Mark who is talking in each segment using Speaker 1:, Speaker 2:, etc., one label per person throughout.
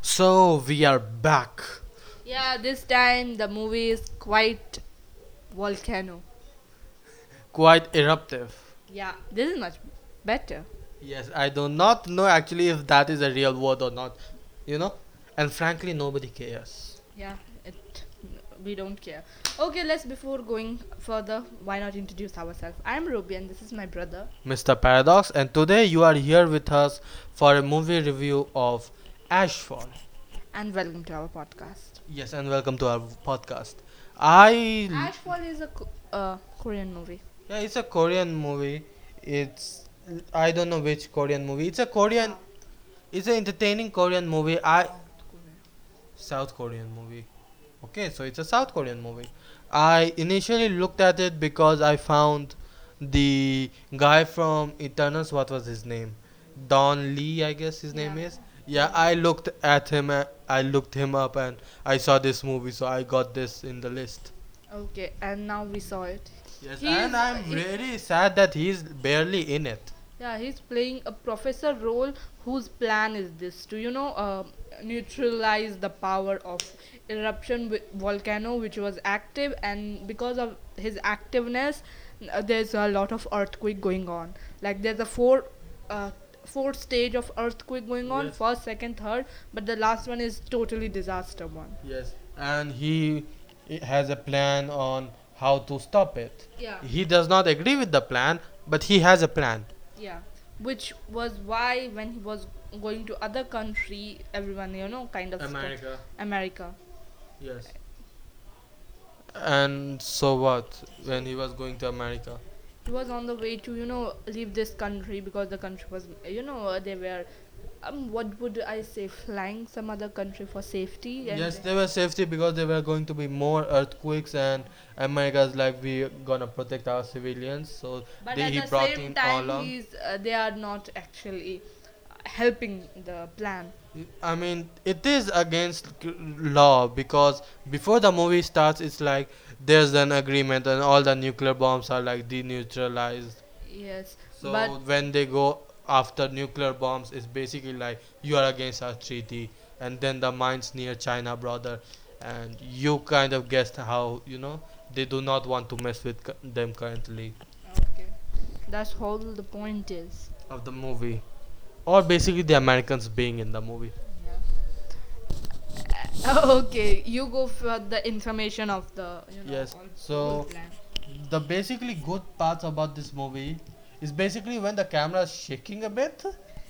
Speaker 1: So we are back.
Speaker 2: Yeah, this time the movie is quite volcano.
Speaker 1: Quite eruptive.
Speaker 2: Yeah, this is much better.
Speaker 1: Yes, I do not know actually if that is a real word or not. You know? And frankly, nobody cares.
Speaker 2: Yeah, it we don't care. Okay, let's before going further, why not introduce ourselves? I'm Ruby and this is my brother.
Speaker 1: Mr. Paradox, and today you are here with us for a movie review of Ashfall.
Speaker 2: And welcome to our podcast.
Speaker 1: Yes, and welcome to our podcast. I.
Speaker 2: Ashfall is a Ko- uh, Korean movie.
Speaker 1: Yeah, it's a Korean movie. It's. I don't know which Korean movie. It's a Korean. It's an entertaining Korean movie. I. South Korean movie. Okay, so it's a South Korean movie. I initially looked at it because I found the guy from Eternals, what was his name? Don Lee, I guess his name
Speaker 2: Yeah.
Speaker 1: is. Yeah, I looked at him, a- I looked him up and I saw this movie, so I got this in the list.
Speaker 2: Okay, and now we saw it.
Speaker 1: Yes,
Speaker 2: He
Speaker 1: and
Speaker 2: is-
Speaker 1: I'm
Speaker 2: he-
Speaker 1: really sad that he's barely in it.
Speaker 2: Yeah, he's playing a professor role whose plan is this to, you know, uh, neutralize the power of eruption wi- volcano which was active and because of his activeness uh, there's a lot of earthquake going on. Like there's a four uh, four stage of earthquake going on,
Speaker 1: Yes.
Speaker 2: first, second, third, but the last one is totally disaster one.
Speaker 1: Yes, and he has a plan on how to stop it.
Speaker 2: Yeah.
Speaker 1: He does not agree with the plan, but he has a plan.
Speaker 2: Yeah, which was why when he was going to other country, everyone you know kind of scared. America.
Speaker 1: yes. And so what when he was going to America?
Speaker 2: He was on the way to you know leave this country because the country was you know uh, they were um what would I say flying some other country for safety. And
Speaker 1: Yes, they were safety because there were going to be more earthquakes, and America's like we're gonna protect our civilians, so
Speaker 2: But
Speaker 1: they,
Speaker 2: at
Speaker 1: he
Speaker 2: the
Speaker 1: brought
Speaker 2: same
Speaker 1: in
Speaker 2: time,
Speaker 1: Olam.
Speaker 2: he's, uh, they are not actually uh, helping the plan.
Speaker 1: I mean, it is against c- law because before the movie starts, it's like there's an agreement and all the nuclear bombs are like deneutralized.
Speaker 2: Yes,
Speaker 1: So
Speaker 2: but
Speaker 1: when they go after nuclear bombs, it's basically like you are against our treaty, and then the mines near China, brother, and you kind of guessed how you know they do not want to mess with cu- them currently
Speaker 2: okay, that's all the point is.
Speaker 1: of the movie, or basically the Americans being in the movie.
Speaker 2: okay, you go for the information of the you know,
Speaker 1: Yes,
Speaker 2: all-
Speaker 1: so-
Speaker 2: whole plan.
Speaker 1: the basically good parts about this movie is basically when the camera is shaking a bit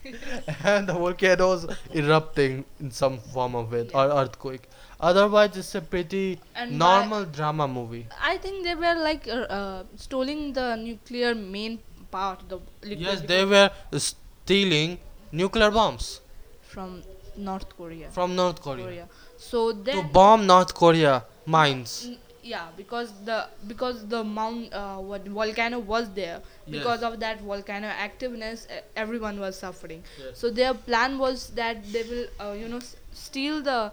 Speaker 1: and the volcano is erupting in some form of it or earthquake otherwise it's a pretty
Speaker 2: And
Speaker 1: normal drama movie
Speaker 2: I think they were like uh, uh, stealing the nuclear main part, the liquid
Speaker 1: yes they were stealing nuclear bombs
Speaker 2: from North Korea.
Speaker 1: from north korea,
Speaker 2: Korea. So
Speaker 1: to
Speaker 2: then,
Speaker 1: bomb north korea mines
Speaker 2: N- yeah, because the because the mount uh, what volcano was there because
Speaker 1: Yes.
Speaker 2: of that volcano activeness, e- everyone was suffering.
Speaker 1: Yes.
Speaker 2: So their plan was that they will uh, you know s- steal the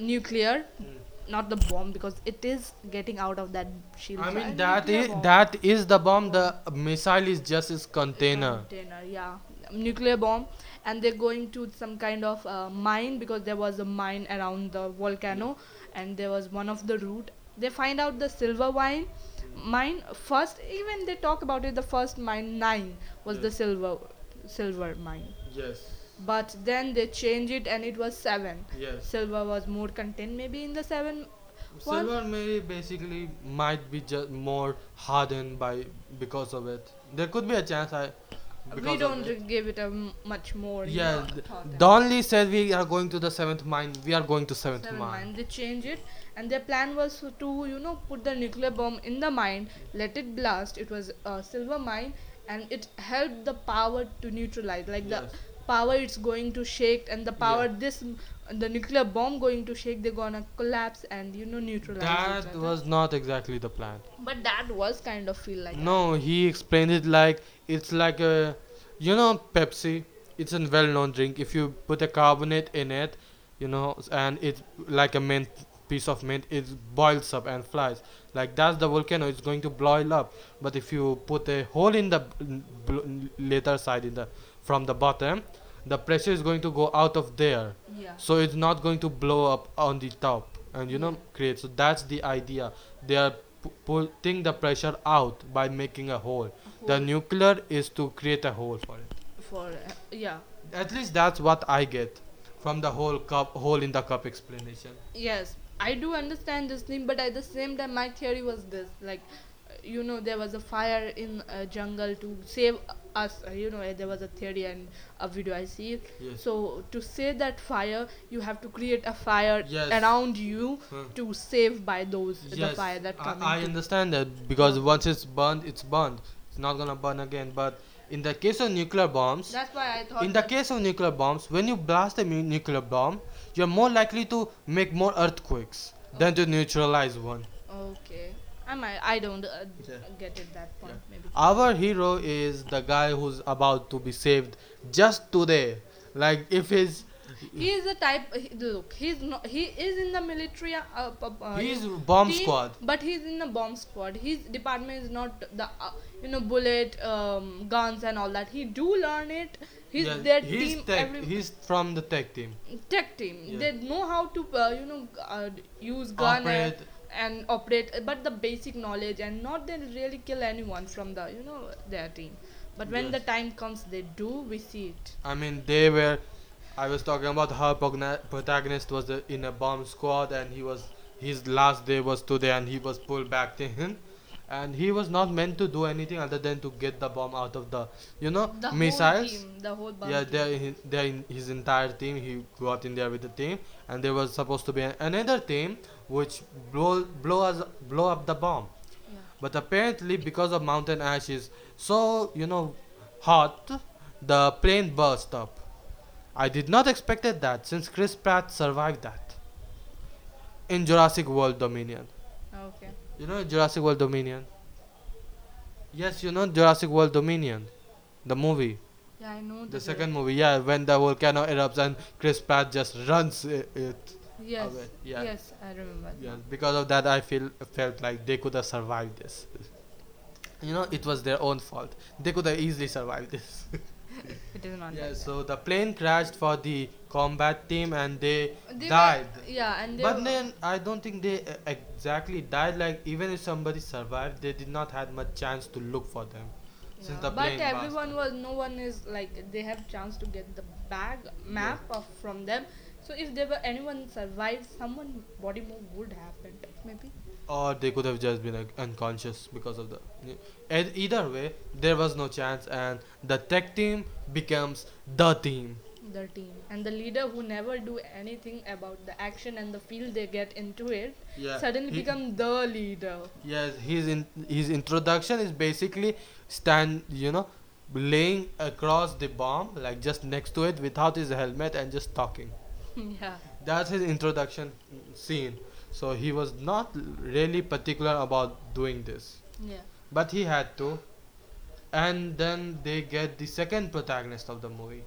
Speaker 2: nuclear.
Speaker 1: Hmm.
Speaker 2: Not the bomb because it is getting out of that shield.
Speaker 1: i
Speaker 2: So
Speaker 1: mean
Speaker 2: nuclear
Speaker 1: that is
Speaker 2: bomb.
Speaker 1: that is the bomb the missile is just its container
Speaker 2: container yeah nuclear bomb and they're going to some kind of uh, mine because there was a mine around the volcano and there was one of the route they find out the silver mine mine first even they talk about it the first mine nine was the
Speaker 1: Yes.
Speaker 2: silver silver mine
Speaker 1: yes
Speaker 2: but then they change it and it was seven
Speaker 1: yes
Speaker 2: silver was more content maybe in the seven one.
Speaker 1: Silver maybe basically might be just more hardened by because of it. There could be a chance I.
Speaker 2: we
Speaker 1: Because
Speaker 2: don't
Speaker 1: Of it.
Speaker 2: give it a m- much more you
Speaker 1: Yeah,
Speaker 2: know,
Speaker 1: th-
Speaker 2: thought and-
Speaker 1: Don Lee said we are going to the seventh mine. We are going to seventh
Speaker 2: Never
Speaker 1: mine.
Speaker 2: mind. They change it, and their plan was to, you know, put the nuclear bomb in the mine, let it blast. It was a silver mine, and it helped the power to neutralize. Like
Speaker 1: Yes.
Speaker 2: the power, it's going to shake, and the power, this, the nuclear bomb going to shake. They're gonna collapse and you know neutralize. each
Speaker 1: That
Speaker 2: other.
Speaker 1: was not exactly the plan.
Speaker 2: But that was kind of feel like.
Speaker 1: No, he explained it like it's like a, you know, Pepsi. It's a well-known drink. If you put a carbonate in it, you know, s- and it's like a mint piece of mint, it boils up and flies. Like that's the volcano. It's going to boil up. But if you put a hole in the b- bl- later side in the from the bottom, the pressure is going to go out of there
Speaker 2: yeah
Speaker 1: so it's not going to blow up on the top and you know create so that's the idea they are pu- putting the pressure out by making a hole the
Speaker 2: Hole.
Speaker 1: nuclear is to create a hole for it
Speaker 2: for uh, yeah
Speaker 1: at least that's what i get from the whole cup hole in the cup explanation
Speaker 2: yes i do understand this thing but at the same time my theory was this like uh, you know there was a fire in a jungle to save us uh, you know uh, there was a theory and a video i see
Speaker 1: Yes.
Speaker 2: so to save that fire you have to create a fire
Speaker 1: Yes.
Speaker 2: around you
Speaker 1: Huh.
Speaker 2: to save by those the fire that
Speaker 1: I-
Speaker 2: come
Speaker 1: I,
Speaker 2: into-
Speaker 1: understand that because once it's burned, it's burned. It's not gonna burn again. But in the case of nuclear bombs,
Speaker 2: that's why i thought
Speaker 1: in the
Speaker 2: that-
Speaker 1: case of nuclear bombs, when you blast a mu- nuclear bomb, you're more likely to make more earthquakes than to neutralize one.
Speaker 2: okay i might i don't uh,
Speaker 1: Yeah.
Speaker 2: get it that point
Speaker 1: Yeah.
Speaker 2: maybe
Speaker 1: Our hero is the guy who's about to be saved just today. Like if his
Speaker 2: he is a type he- look he's not he is in the military uh, uh, uh,
Speaker 1: he's bomb
Speaker 2: team,
Speaker 1: squad.
Speaker 2: but he's in the bomb squad his department is not the uh, you know bullet um, guns and all that he do learn it he's
Speaker 1: Yes,
Speaker 2: their
Speaker 1: he's
Speaker 2: team
Speaker 1: tech,
Speaker 2: every
Speaker 1: he's from the tech team.
Speaker 2: tech team
Speaker 1: Yeah.
Speaker 2: they know how to uh, you know g- uh, d- use gun and,
Speaker 1: Operate.
Speaker 2: and operate uh, but the basic knowledge and not they really kill anyone from the you know their team but when the
Speaker 1: Yes.
Speaker 2: time comes they do we see it
Speaker 1: I mean, they were. I was talking about how progna- protagonist was the, in a bomb squad, and he was his last day was today, and he was pulled back to him, and he was not meant to do anything other than to get the bomb out of the, you know,
Speaker 2: the whole
Speaker 1: missiles.
Speaker 2: team the whole bomb
Speaker 1: Yeah,
Speaker 2: team.
Speaker 1: they're in, they're in his entire team. He got in there with the team, and there was supposed to be an, another team which blow blow us blow up the bomb.
Speaker 2: Yeah.
Speaker 1: But apparently, because of mountain ash is so you know hot, the plane burst up. I did not expected that since Chris Pratt survived that in Jurassic World Dominion.
Speaker 2: okay
Speaker 1: You know Jurassic World Dominion. Yes, you know Jurassic World Dominion, the movie.
Speaker 2: yeah i know
Speaker 1: The
Speaker 2: that-
Speaker 1: second movie, yeah, when the volcano erupts and Chris Pratt just runs i- it.
Speaker 2: yes
Speaker 1: Away, Ah, yeah.
Speaker 2: yes i remember that.
Speaker 1: Yeah, because of that, I feel felt like they could have survived this. You know, it was their own fault. They could have easily survived this.
Speaker 2: it is
Speaker 1: yeah.
Speaker 2: not like that.
Speaker 1: So the plane crashed for the combat team, and they,
Speaker 2: They were-
Speaker 1: died.
Speaker 2: yeah and they
Speaker 1: But
Speaker 2: were-
Speaker 1: then I don't think they uh, exactly died. Like even if somebody survived, they did not had much chance to look for them.
Speaker 2: yeah.
Speaker 1: Since the
Speaker 2: but
Speaker 1: plane burst
Speaker 2: everyone was no one is like they have chance to get the bag map of, from them so if there were anyone survived someone body move would happen maybe
Speaker 1: or they could have just been like, unconscious because of the and either way there was no chance and the tech team becomes the team
Speaker 2: the team and the leader who never do anything about the action and the field they get into it
Speaker 1: Yeah,
Speaker 2: suddenly
Speaker 1: he-
Speaker 2: become the leader
Speaker 1: yes his in his introduction is basically stand you know laying across the bomb like just next to it without his helmet and just talking
Speaker 2: yeah
Speaker 1: that's his introduction scene so he was not really particular about doing this
Speaker 2: yeah
Speaker 1: but he had to and then they get the second protagonist of the movie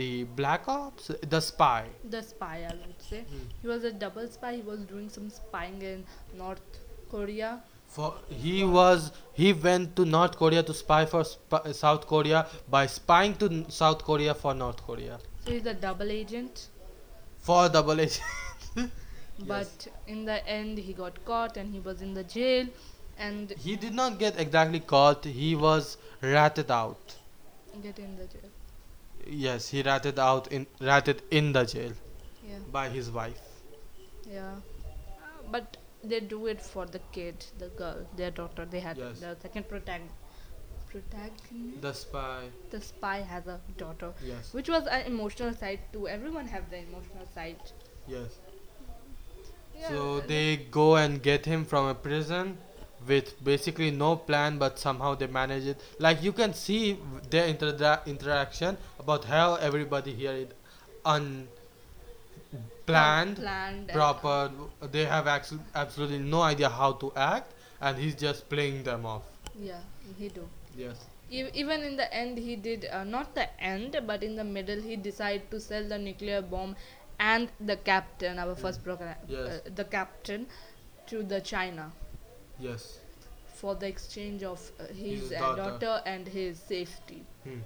Speaker 1: the black ops the spy
Speaker 2: the spy i would say
Speaker 1: Hmm.
Speaker 2: he was a double spy he was doing some spying in north korea
Speaker 1: for he was he went to north korea to spy for sp- south korea by spying to n- south korea for north korea
Speaker 2: so he's a double agent
Speaker 1: for double h
Speaker 2: but in the end he got caught and he was in the jail and
Speaker 1: he did not get exactly caught he was ratted out
Speaker 2: get in the jail
Speaker 1: yes he ratted out in ratted in the jail
Speaker 2: yeah
Speaker 1: by his wife
Speaker 2: yeah Uh, but they do it for the kid the girl their daughter they had
Speaker 1: Yes.
Speaker 2: the second protagonist protagonist
Speaker 1: the spy
Speaker 2: the spy has a daughter
Speaker 1: yes
Speaker 2: which was an emotional side too everyone have the emotional side
Speaker 1: yes
Speaker 2: yeah,
Speaker 1: So
Speaker 2: uh,
Speaker 1: they go and get him from a prison with basically no plan, but somehow they manage it. Like you can see w- their intera- interaction about how everybody here is unplanned,
Speaker 2: planned and-
Speaker 1: proper. They have actually absolutely no idea how to act, and he's just playing them off.
Speaker 2: yeah he do
Speaker 1: Yes.
Speaker 2: E- even in the end he did uh, not the end but in the middle he decided to sell the nuclear bomb and the captain our first program
Speaker 1: Mm. Yes.
Speaker 2: uh, the captain to the china
Speaker 1: Yes.
Speaker 2: for the exchange of uh, his,
Speaker 1: His
Speaker 2: uh,
Speaker 1: daughter.
Speaker 2: daughter and his safety
Speaker 1: Hmm.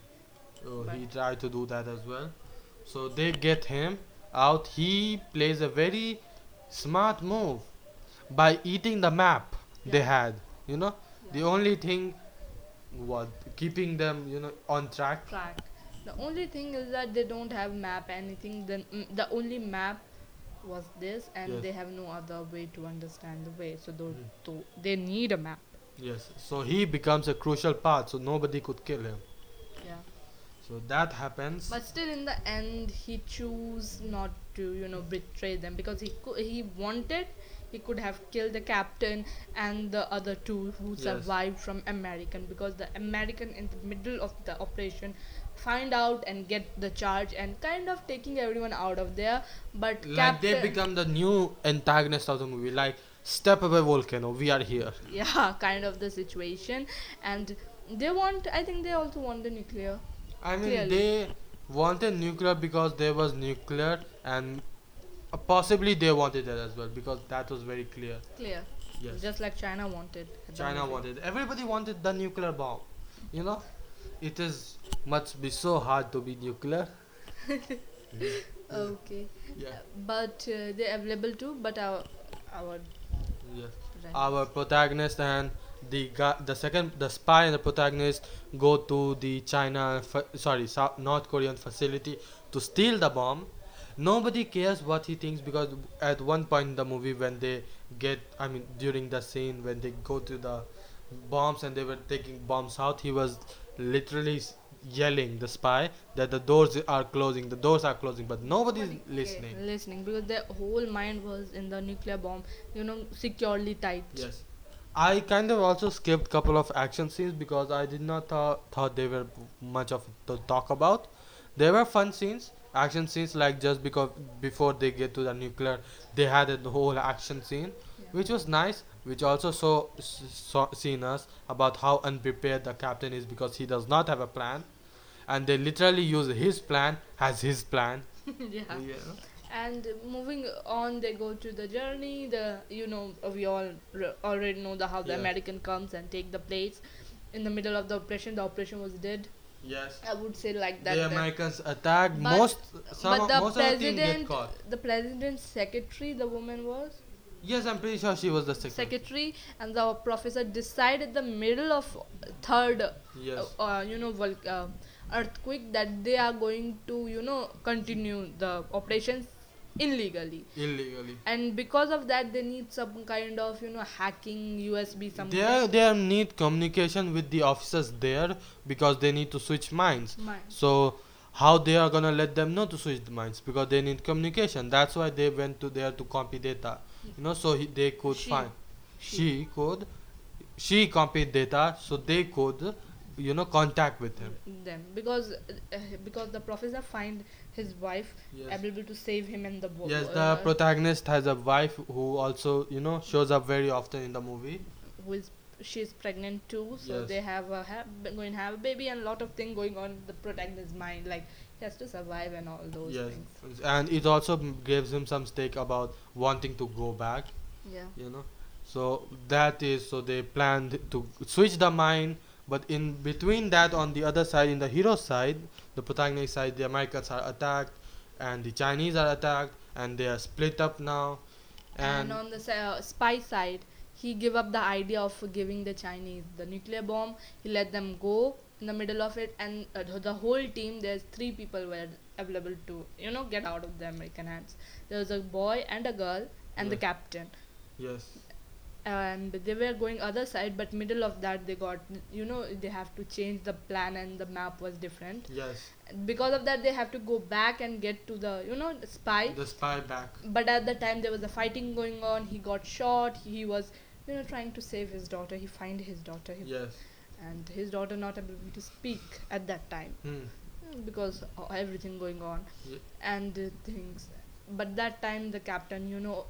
Speaker 1: So
Speaker 2: But-
Speaker 1: he tried to do that as well. So they get him out. He plays a very smart move by eating the map they had. You know, the only thing what keeping them you know on track.
Speaker 2: track. The only thing is that they don't have map anything. Then mm, the only map was this, and
Speaker 1: Yes.
Speaker 2: they have no other way to understand the way. So tho-
Speaker 1: Mm.
Speaker 2: tho- they need a map.
Speaker 1: Yes. So he becomes a crucial part. So nobody could kill him.
Speaker 2: Yeah.
Speaker 1: So that happens.
Speaker 2: But still, in the end, he chose not to, you know, betray them because he cou- he wanted. He could have killed the captain and the other two who
Speaker 1: Yes.
Speaker 2: survived from American because the American in the middle of the operation find out and get the charge and kind of taking everyone out of there. But
Speaker 1: like
Speaker 2: captain,
Speaker 1: they become the new antagonist of the movie. Like step away, volcano. We are here.
Speaker 2: yeah, kind of the situation, and they want. I think they also want the nuclear.
Speaker 1: I mean,
Speaker 2: Clearly.
Speaker 1: they wanted nuclear because there was nuclear, and uh, possibly they wanted that as well because that was very clear.
Speaker 2: Clear.
Speaker 1: Yes,
Speaker 2: Just like China wanted. at the
Speaker 1: China
Speaker 2: movie.
Speaker 1: wanted. Everybody wanted the nuclear bomb. You know, it is must be so hard to be nuclear.
Speaker 2: Okay.
Speaker 1: Yeah.
Speaker 2: but uh, they're available too but our our
Speaker 1: Yes.
Speaker 2: friend-
Speaker 1: Our protagonist and the guy, the second, the spy and the protagonist go to the China, fa- sorry, South, North Korean facility to steal the bomb. Nobody cares what he thinks because at one point in the movie when they get, I mean, during the scene when they go to the bombs and they were taking bombs out, he was literally s- yelling the spy that the doors are closing, the doors are closing, but nobody's listening.
Speaker 2: Okay, listening because their whole mind was in the nuclear bomb you know securely tight
Speaker 1: Yes. I kind of also skipped couple of action scenes because I did not thou- thought they were much of to talk about. There were fun scenes, action scenes like just because before they get to the nuclear, they had a whole action scene,
Speaker 2: yeah.
Speaker 1: which was nice, which also saw, saw seen us about how unprepared the captain is because he does not have a plan, and they literally use his plan as his plan.
Speaker 2: yeah. and moving on they go to the journey the you know we all r- already know the how the
Speaker 1: Yeah.
Speaker 2: american comes and take the place in the middle of the operation the operation was dead
Speaker 1: Yes.
Speaker 2: i would say like that
Speaker 1: the
Speaker 2: that-
Speaker 1: Americans attacked
Speaker 2: But-
Speaker 1: most. Some
Speaker 2: but
Speaker 1: of-
Speaker 2: the
Speaker 1: most of the team get
Speaker 2: president
Speaker 1: caught.
Speaker 2: the president's secretary the woman was
Speaker 1: Yes, I'm pretty sure she was the second.
Speaker 2: secretary and the professor decided the middle of third uh,
Speaker 1: Yes.
Speaker 2: uh, you know vol- uh, earthquake that they are going to you know continue the operations illegally
Speaker 1: Illegally.
Speaker 2: and because of that they need some kind of you know hacking usb something
Speaker 1: They they need communication with the officers there because they need to switch minds.
Speaker 2: Mine.
Speaker 1: So how they are gonna let them know to switch the minds because they need communication. That's why they went to there to copy data. You know, so he, they could
Speaker 2: She.
Speaker 1: find.
Speaker 2: She.
Speaker 1: She. could. She copied data, so they could, you know, contact with him.
Speaker 2: them because uh, because the professor find his wife
Speaker 1: Yes.
Speaker 2: able to save him in the bo-
Speaker 1: Yes, the
Speaker 2: uh,
Speaker 1: protagonist has a wife who also, you know, shows up very often in the movie.
Speaker 2: who is she's pregnant too so
Speaker 1: Yes.
Speaker 2: they have a ha- going to have a baby and a lot of things going on in the protagonist's mind like he has to survive and all those
Speaker 1: yes
Speaker 2: things
Speaker 1: and it also m- gives him some stake about wanting to go back
Speaker 2: yeah
Speaker 1: you know so that is so they planned to switch the mind but in between that on the other side in the hero side the protagonist side the americans are attacked and the chinese are attacked and they are split up now
Speaker 2: and,
Speaker 1: and,
Speaker 2: on the si- uh, spy side he gave up the idea of giving the chinese the nuclear bomb he let them go in the middle of it and uh, th- the whole team there's three people were available to you know get out of the american hands there was a boy and a girl and the
Speaker 1: Yes.
Speaker 2: captain
Speaker 1: yes
Speaker 2: and they were going other side but middle of that they got you know they have to change the plan and the map was different
Speaker 1: yes
Speaker 2: because of that they have to go back and get to the you know spy
Speaker 1: the spy back
Speaker 2: but at the time there was a fighting going on he got shot he was you know trying to save his daughter he find his daughter he-
Speaker 1: yes
Speaker 2: and his daughter not able to speak at that time mm,
Speaker 1: hmm.
Speaker 2: because o- everything going on
Speaker 1: Ye-
Speaker 2: and uh, things but that time the captain you know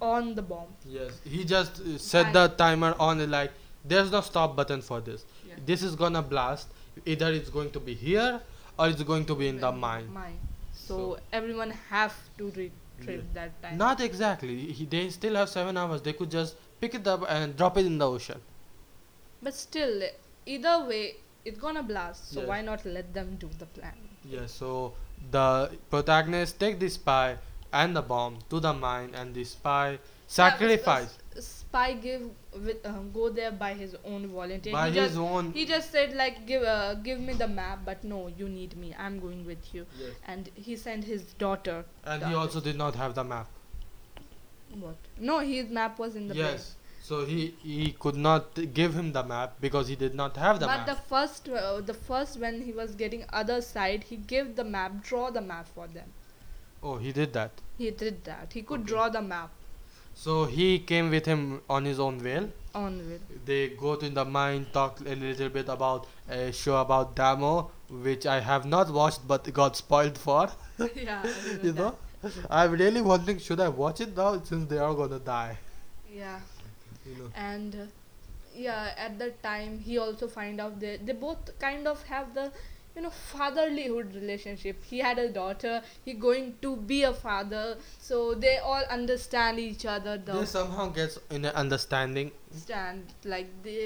Speaker 2: on the bomb
Speaker 1: yes he just uh, set
Speaker 2: Back.
Speaker 1: the timer on like there's no stop button for this this is gonna blast either it's going to be here or it's going to be in the mine
Speaker 2: So,
Speaker 1: So-
Speaker 2: everyone have to retrieve that time.
Speaker 1: not exactly he, they still have seven hours they could just pick it up and drop it in the ocean
Speaker 2: but still, either way, it's gonna blast. So
Speaker 1: Yes.
Speaker 2: why not let them do the plan?
Speaker 1: Yeah, so the protagonists take the spy and the bomb to the mine, and the spy
Speaker 2: Yeah, but the
Speaker 1: sacrifice
Speaker 2: s- spy give with um, go there by his own volunteer.
Speaker 1: by
Speaker 2: he
Speaker 1: his
Speaker 2: just
Speaker 1: own.
Speaker 2: he just said like give uh, give me the map, but no, you need me. I'm going with you.
Speaker 1: Yes.
Speaker 2: And he sent his daughter.
Speaker 1: And
Speaker 2: the
Speaker 1: he
Speaker 2: other-
Speaker 1: also did not have the map.
Speaker 2: what? No, his map was in the plane.
Speaker 1: Yes. So he he could not give him the map because he did not have the
Speaker 2: but
Speaker 1: map.
Speaker 2: the first uh, the first when he was getting other side, he gave the map, draw the map for them.
Speaker 1: oh, he did that.
Speaker 2: He did that. He could
Speaker 1: Okay.
Speaker 2: draw the map
Speaker 1: So he came with him on his own will.
Speaker 2: on with.
Speaker 1: They go to the mine, talk a little bit about a show about Damo, which I have not watched but got spoiled for.
Speaker 2: yeah. I
Speaker 1: you know, I'm really wondering should I watch it now since they are gonna die.
Speaker 2: Yeah.
Speaker 1: You know.
Speaker 2: and uh, yeah at that time he also find out that they both kind of have the you know fatherlyhood relationship he had a daughter he going to be a father so they all understand each other the
Speaker 1: They somehow gets in an understanding.
Speaker 2: stand like the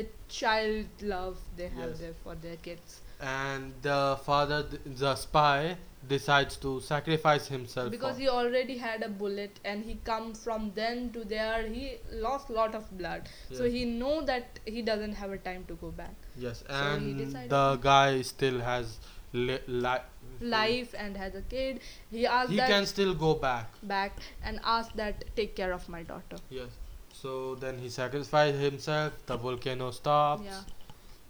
Speaker 2: the child love they have
Speaker 1: Yes.
Speaker 2: there for their kids
Speaker 1: and the father the spy decides to sacrifice himself
Speaker 2: because
Speaker 1: for-
Speaker 2: he already had a bullet and he come from then to there he lost lot of blood so
Speaker 1: Yeah.
Speaker 2: he know that he doesn't have a time to go back
Speaker 1: yes
Speaker 2: he
Speaker 1: and
Speaker 2: decided-
Speaker 1: the guy still has li- li-
Speaker 2: life and has a kid he
Speaker 1: Mm-hmm.
Speaker 2: asked
Speaker 1: he
Speaker 2: that
Speaker 1: can still go back
Speaker 2: back and asked that take care of my daughter.
Speaker 1: yes so then he sacrificed himself the volcano stops
Speaker 2: Yeah.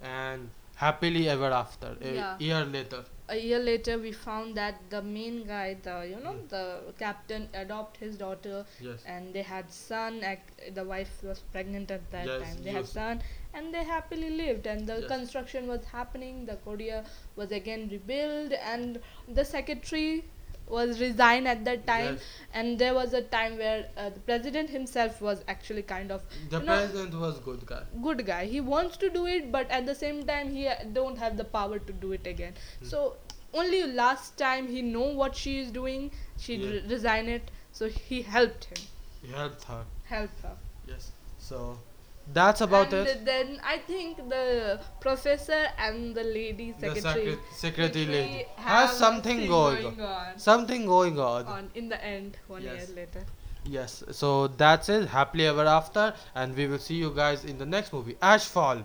Speaker 1: and happily ever after a
Speaker 2: Yeah.
Speaker 1: year later
Speaker 2: A year later, we found that the main guy, the you know the captain, adopt his daughter,
Speaker 1: Hmm. yes
Speaker 2: and they had son. ac- The wife was pregnant at that
Speaker 1: Yes,
Speaker 2: time. They had
Speaker 1: yes.
Speaker 2: son, and they happily lived. And the
Speaker 1: Yes.
Speaker 2: construction was happening. The Korea was again rebuilt, and the secretary was resigned at that time.
Speaker 1: Yes.
Speaker 2: And there was a time where uh, the president himself was actually kind of
Speaker 1: the
Speaker 2: you know,
Speaker 1: president was good guy
Speaker 2: good guy he wants to do it but at the same time he uh, don't have the power to do it again
Speaker 1: Hmm.
Speaker 2: so only last time he know what she is doing she
Speaker 1: Yeah.
Speaker 2: re- resign it so he helped him
Speaker 1: he helped her
Speaker 2: help her
Speaker 1: yes so that's about
Speaker 2: and
Speaker 1: it
Speaker 2: then i think the professor and the lady
Speaker 1: the
Speaker 2: secretary
Speaker 1: secret- secretary
Speaker 2: literally
Speaker 1: lady
Speaker 2: have
Speaker 1: has something
Speaker 2: thing
Speaker 1: going, on.
Speaker 2: on,
Speaker 1: something going on
Speaker 2: on in the end one
Speaker 1: Yes.
Speaker 2: year later
Speaker 1: Yes, so that's it. Happily ever after, and we will see you guys in the next movie, Ashfall,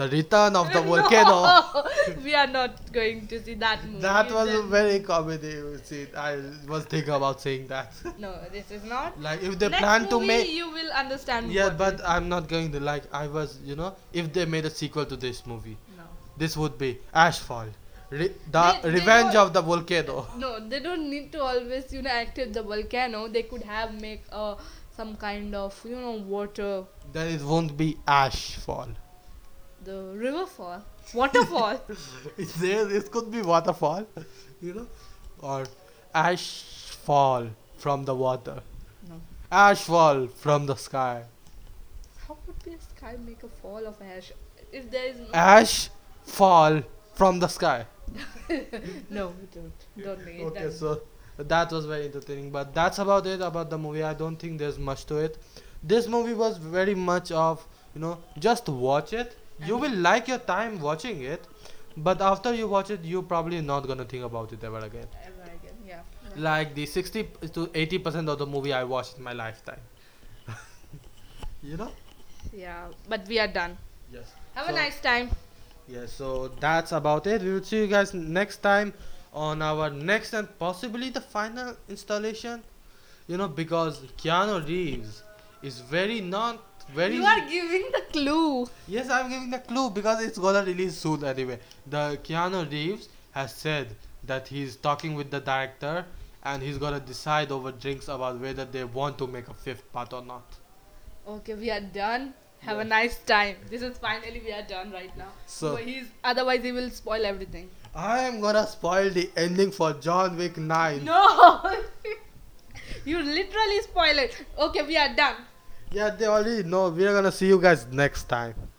Speaker 1: the return of the volcano.
Speaker 2: no, we are not going to see that movie
Speaker 1: That was a
Speaker 2: then.
Speaker 1: very comedy scene. I was thinking about saying that.
Speaker 2: no this is not
Speaker 1: like if they
Speaker 2: Next
Speaker 1: plan to
Speaker 2: movie,
Speaker 1: make,
Speaker 2: you will understand
Speaker 1: yeah,
Speaker 2: what
Speaker 1: but
Speaker 2: it-
Speaker 1: I'm not going to like. I was, you know, if they made a sequel to this movie,
Speaker 2: no
Speaker 1: this would be Ashfall, re- the
Speaker 2: They- they
Speaker 1: Revenge
Speaker 2: don't-
Speaker 1: of the Volcano.
Speaker 2: no they don't need to always you know active the volcano they could have make uh, some kind of you know water
Speaker 1: Then it won't be Ashfall.
Speaker 2: the river fall waterfall
Speaker 1: It's there. It could be waterfall, you know, or ash fall from the water,
Speaker 2: no
Speaker 1: ash fall from the sky,
Speaker 2: how could be a sky make a fall of ash if there is no
Speaker 1: ash fall from the sky.
Speaker 2: no we don't don't need
Speaker 1: Okay,
Speaker 2: that
Speaker 1: so that was very entertaining, but that's about it about the movie. I don't think there's much to it. This movie was very much of you know just watch it. You will like your time watching it, but after you watch it, you're probably not gonna think about it ever again.
Speaker 2: Ever again, yeah, yeah.
Speaker 1: like the 60 p- to 80 percent of the movie I watched in my lifetime. you know?
Speaker 2: yeah but we are done
Speaker 1: Yes.
Speaker 2: have
Speaker 1: So-
Speaker 2: a nice time
Speaker 1: Yes, so that's about it. We will see you guys next time on our next and possibly the final installation. You know, because Keanu Reeves is very not very
Speaker 2: you are giving the clue
Speaker 1: Yes, I'm giving the clue because it's gonna release soon anyway. The Keanu Reeves has said that he's talking with the director and he's gonna decide over drinks about whether they want to make a fifth part or not.
Speaker 2: Okay, we are done. Have a
Speaker 1: Yeah.
Speaker 2: nice time. This is finally we are done right now.
Speaker 1: So-
Speaker 2: But he's otherwise he will spoil everything.
Speaker 1: I am gonna spoil the ending for John Wick 9.
Speaker 2: No, you literally spoil it. Okay, we are done.
Speaker 1: Yeah, they already know. We're gonna see you guys next time.